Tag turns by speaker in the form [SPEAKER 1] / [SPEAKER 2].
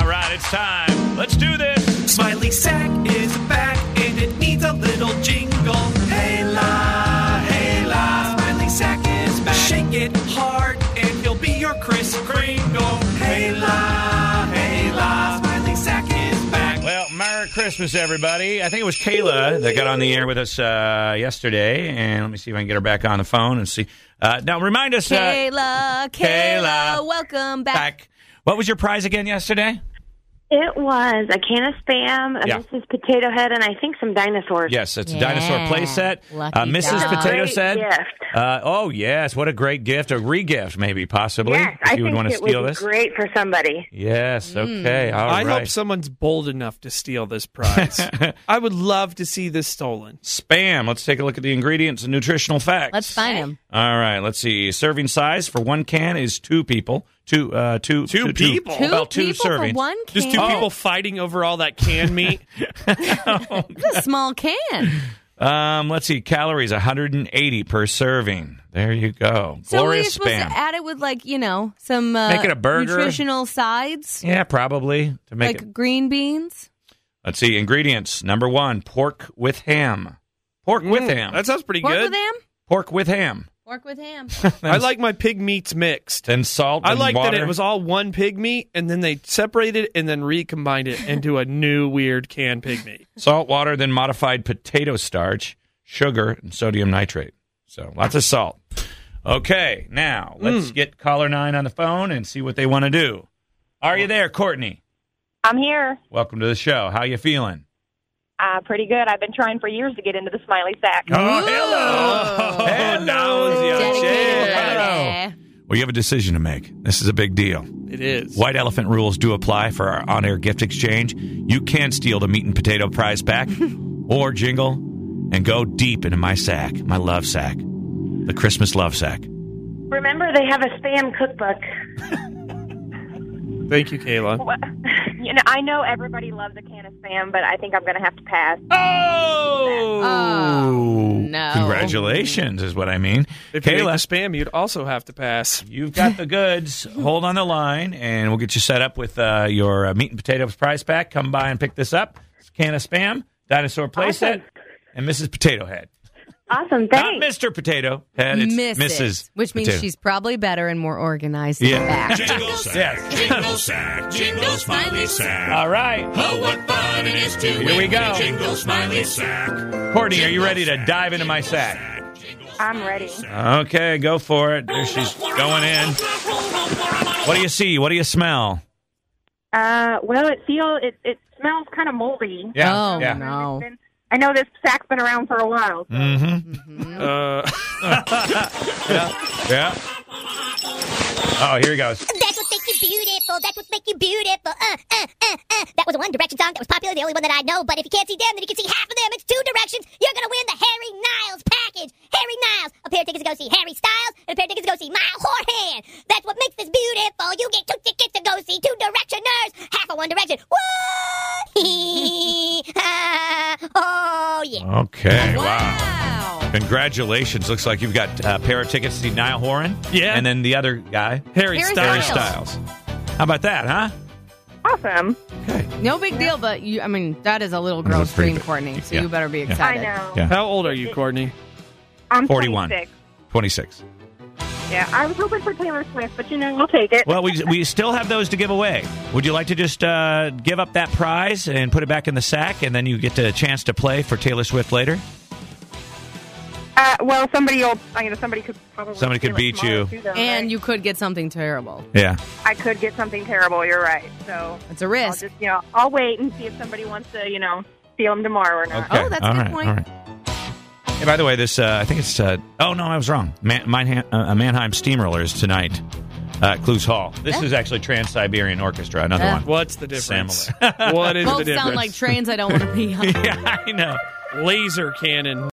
[SPEAKER 1] All right, it's time. Let's do this.
[SPEAKER 2] Smiley Sack is back and it needs a little jingle. Hey la, hey la, Smiley Sack is back. Shake it hard and he'll be your Kris Kringle. Hey la, hey la, Smiley Sack is back.
[SPEAKER 1] Well, Merry Christmas, everybody. I think it was Kayla that got on the air with us uh, yesterday, and let me see if I can get her back on the phone and see. Uh, now, remind us, uh,
[SPEAKER 3] Kayla, Kayla, welcome back.
[SPEAKER 1] back. What was your prize again yesterday?
[SPEAKER 4] It was a can of spam, a
[SPEAKER 1] Yeah.
[SPEAKER 4] Mrs. Potato Head, and I think some dinosaurs.
[SPEAKER 1] Yes, it's a
[SPEAKER 3] Yeah.
[SPEAKER 1] dinosaur playset.
[SPEAKER 3] Lucky
[SPEAKER 1] Uh, Mrs.
[SPEAKER 3] dog.
[SPEAKER 1] Potato
[SPEAKER 4] Great
[SPEAKER 1] said,
[SPEAKER 4] gift.
[SPEAKER 1] Uh, "Oh yes, what a great gift! A regift, maybe, possibly.
[SPEAKER 4] Yes,
[SPEAKER 1] if
[SPEAKER 4] I
[SPEAKER 1] you would
[SPEAKER 4] think
[SPEAKER 1] want to
[SPEAKER 4] it
[SPEAKER 1] steal
[SPEAKER 4] would
[SPEAKER 1] this.
[SPEAKER 4] be great for somebody.
[SPEAKER 1] Yes. Okay.
[SPEAKER 3] Hmm.
[SPEAKER 1] All
[SPEAKER 2] I
[SPEAKER 1] right.
[SPEAKER 2] hope someone's bold enough to steal this prize. I would love to see this stolen.
[SPEAKER 1] Spam. Let's take a look at the ingredients and nutritional facts.
[SPEAKER 3] Let's find him.
[SPEAKER 1] All right. Let's see. Serving size for one can is two people. Two. Uh, two.
[SPEAKER 2] Two people?
[SPEAKER 3] Two
[SPEAKER 1] well, two
[SPEAKER 3] people
[SPEAKER 1] servings.
[SPEAKER 3] for one can.
[SPEAKER 2] Just two people fighting over all that canned meat.
[SPEAKER 3] It's Oh, a small can.
[SPEAKER 1] Um. Let's see. Calories 180 per serving. There you go.
[SPEAKER 3] So we're
[SPEAKER 1] Glorious
[SPEAKER 3] supposed
[SPEAKER 1] spam.
[SPEAKER 3] to add it with like you know some uh,
[SPEAKER 1] Make it a burger.
[SPEAKER 3] nutritional sides
[SPEAKER 1] yeah, probably to make
[SPEAKER 3] like
[SPEAKER 1] it.
[SPEAKER 3] green beans.
[SPEAKER 1] Let's see. Ingredients. Number one, pork with ham. Pork with ham.
[SPEAKER 2] That sounds pretty
[SPEAKER 3] Pork
[SPEAKER 2] good.
[SPEAKER 3] with ham.
[SPEAKER 1] pork with ham.
[SPEAKER 3] Pork with ham.
[SPEAKER 2] I like my pig meats mixed.
[SPEAKER 1] Then salt.
[SPEAKER 2] I
[SPEAKER 1] and
[SPEAKER 2] like that
[SPEAKER 1] water.
[SPEAKER 2] it was all one pig meat, and then they separated it and then recombined it into a new weird canned pig meat.
[SPEAKER 1] salt water, then modified potato starch, sugar, and sodium nitrate. So lots of salt. Okay, now let's get caller nine on the phone and see what they want to do. Are you there, Courtney?
[SPEAKER 5] I'm here.
[SPEAKER 1] Welcome to the show. How you feeling?
[SPEAKER 5] Uh, pretty good. I've been trying for years to get into the smiley sack.
[SPEAKER 1] Oh, hello.
[SPEAKER 2] Hello.
[SPEAKER 3] Dedicated
[SPEAKER 1] Hello.
[SPEAKER 3] lady.
[SPEAKER 1] Well, you have a decision to make. This is a big deal.
[SPEAKER 2] It is.
[SPEAKER 1] White Elephant rules do apply for our on air gift exchange. You can steal the meat and potato prize pack or jingle and go deep into my sack, my love sack, the Christmas love sack.
[SPEAKER 4] Remember, they have a spam cookbook.
[SPEAKER 2] Thank you, Kayla.
[SPEAKER 5] What- you know, I know everybody loves a can of spam, but I think I'm going to have to pass.
[SPEAKER 2] Oh.
[SPEAKER 1] Oh,
[SPEAKER 3] no.
[SPEAKER 1] Congratulations, is what I mean.
[SPEAKER 2] If you ate
[SPEAKER 1] Kayla,
[SPEAKER 2] the spam, you'd also have to pass.
[SPEAKER 1] you've got the goods. Hold on the line, and we'll get you set up with uh, your uh, meat and potatoes prize pack. Come by and pick this up. It's a can of spam, dinosaur playset,
[SPEAKER 4] Awesome.
[SPEAKER 1] and Mrs. Potato Head.
[SPEAKER 4] Awesome,
[SPEAKER 1] Not
[SPEAKER 4] thanks.
[SPEAKER 1] Mr. Potato Head, it's
[SPEAKER 3] Mrs.
[SPEAKER 1] Mrs.
[SPEAKER 3] Which means
[SPEAKER 1] Potato.
[SPEAKER 3] she's probably better and more organized than
[SPEAKER 1] Yeah.
[SPEAKER 3] back.
[SPEAKER 1] yes.
[SPEAKER 6] Jingle sack, jingle smiley sack.
[SPEAKER 1] All right.
[SPEAKER 6] Oh, what fun it is to
[SPEAKER 1] Here we
[SPEAKER 6] win in a
[SPEAKER 1] go.
[SPEAKER 6] Jingle smiley sack.
[SPEAKER 1] Courtney, are you ready to dive into my sack?
[SPEAKER 5] I'm ready.
[SPEAKER 1] Okay, go for it. There she's going in. What do you see? What do you smell?
[SPEAKER 5] Uh, well, it feels it, it smells kind of moldy.
[SPEAKER 1] Yeah.
[SPEAKER 3] Oh
[SPEAKER 1] yeah.
[SPEAKER 3] no.
[SPEAKER 5] And I know this sack's been around for a while.
[SPEAKER 1] Mm.
[SPEAKER 2] Uh,
[SPEAKER 1] Yeah. Oh, here he goes.
[SPEAKER 7] That's what makes you beautiful. That's what makes you beautiful. Uh, uh, uh, uh. That was a One Direction song that was popular, the only one that I know. But if you can't see them, then you can see half of them. It's Two Directions. You're gonna win the Harry Niles package. Harry Niles, a pair of tickets to go see Harry Styles, and a pair of tickets to go see Mile Horan. That's what makes this beautiful. You get two tickets to go see Two Directioners, half of One Direction. Woo! Ah, oh yeah.
[SPEAKER 1] Okay. Wow.
[SPEAKER 3] Wow.
[SPEAKER 1] Congratulations. Looks like you've got uh, a pair of tickets to see Niall Horan.
[SPEAKER 2] Yeah.
[SPEAKER 1] And then the other guy,
[SPEAKER 2] Harry,
[SPEAKER 3] Harry
[SPEAKER 2] Styles.
[SPEAKER 3] Styles.
[SPEAKER 1] Styles. How about that, huh?
[SPEAKER 5] Awesome.
[SPEAKER 3] No big deal, but you, I mean, that is a little
[SPEAKER 1] That was
[SPEAKER 3] gross
[SPEAKER 1] pretty
[SPEAKER 3] dream,
[SPEAKER 1] big.
[SPEAKER 3] Courtney. So
[SPEAKER 1] Yeah.
[SPEAKER 3] you better be
[SPEAKER 1] Yeah.
[SPEAKER 5] I
[SPEAKER 3] excited.
[SPEAKER 5] know.
[SPEAKER 1] Yeah.
[SPEAKER 2] How old are you, Courtney?
[SPEAKER 5] I'm
[SPEAKER 1] 41.
[SPEAKER 5] 26.
[SPEAKER 1] 26.
[SPEAKER 5] Yeah, I was hoping for Taylor Swift, but you know, I'll take it.
[SPEAKER 1] Well, we, we still have those to give away. Would you like to just uh, give up that prize and put it back in the sack, and then you get a chance to play for Taylor Swift later?
[SPEAKER 5] Uh, well, somebody will. I know somebody could probably.
[SPEAKER 1] Somebody could
[SPEAKER 5] steal it
[SPEAKER 1] beat
[SPEAKER 5] tomorrow,
[SPEAKER 1] you.
[SPEAKER 5] too, though,
[SPEAKER 3] And
[SPEAKER 5] right?
[SPEAKER 3] you could get something terrible.
[SPEAKER 1] Yeah.
[SPEAKER 5] I could get something terrible. You're right. So
[SPEAKER 3] It's a
[SPEAKER 5] I'll
[SPEAKER 3] risk.
[SPEAKER 5] just, you know, I'll wait and see if somebody wants to, you know, steal them tomorrow or not.
[SPEAKER 3] Oh, that's a
[SPEAKER 1] All
[SPEAKER 3] good
[SPEAKER 1] right,
[SPEAKER 3] point.
[SPEAKER 1] All right. Hey, by the way, this uh, I think it's. Uh, oh no, I was wrong. Man- Mannheim, uh, Mannheim Steamroller is tonight uh, at Clues Hall. This
[SPEAKER 3] Yeah.
[SPEAKER 1] is actually Trans Siberian Orchestra. Another
[SPEAKER 3] Yeah.
[SPEAKER 1] one.
[SPEAKER 2] What's the difference? what is the
[SPEAKER 3] Both
[SPEAKER 2] difference?
[SPEAKER 3] sound like trains I don't want to be on.
[SPEAKER 1] yeah, I know.
[SPEAKER 2] laser cannon.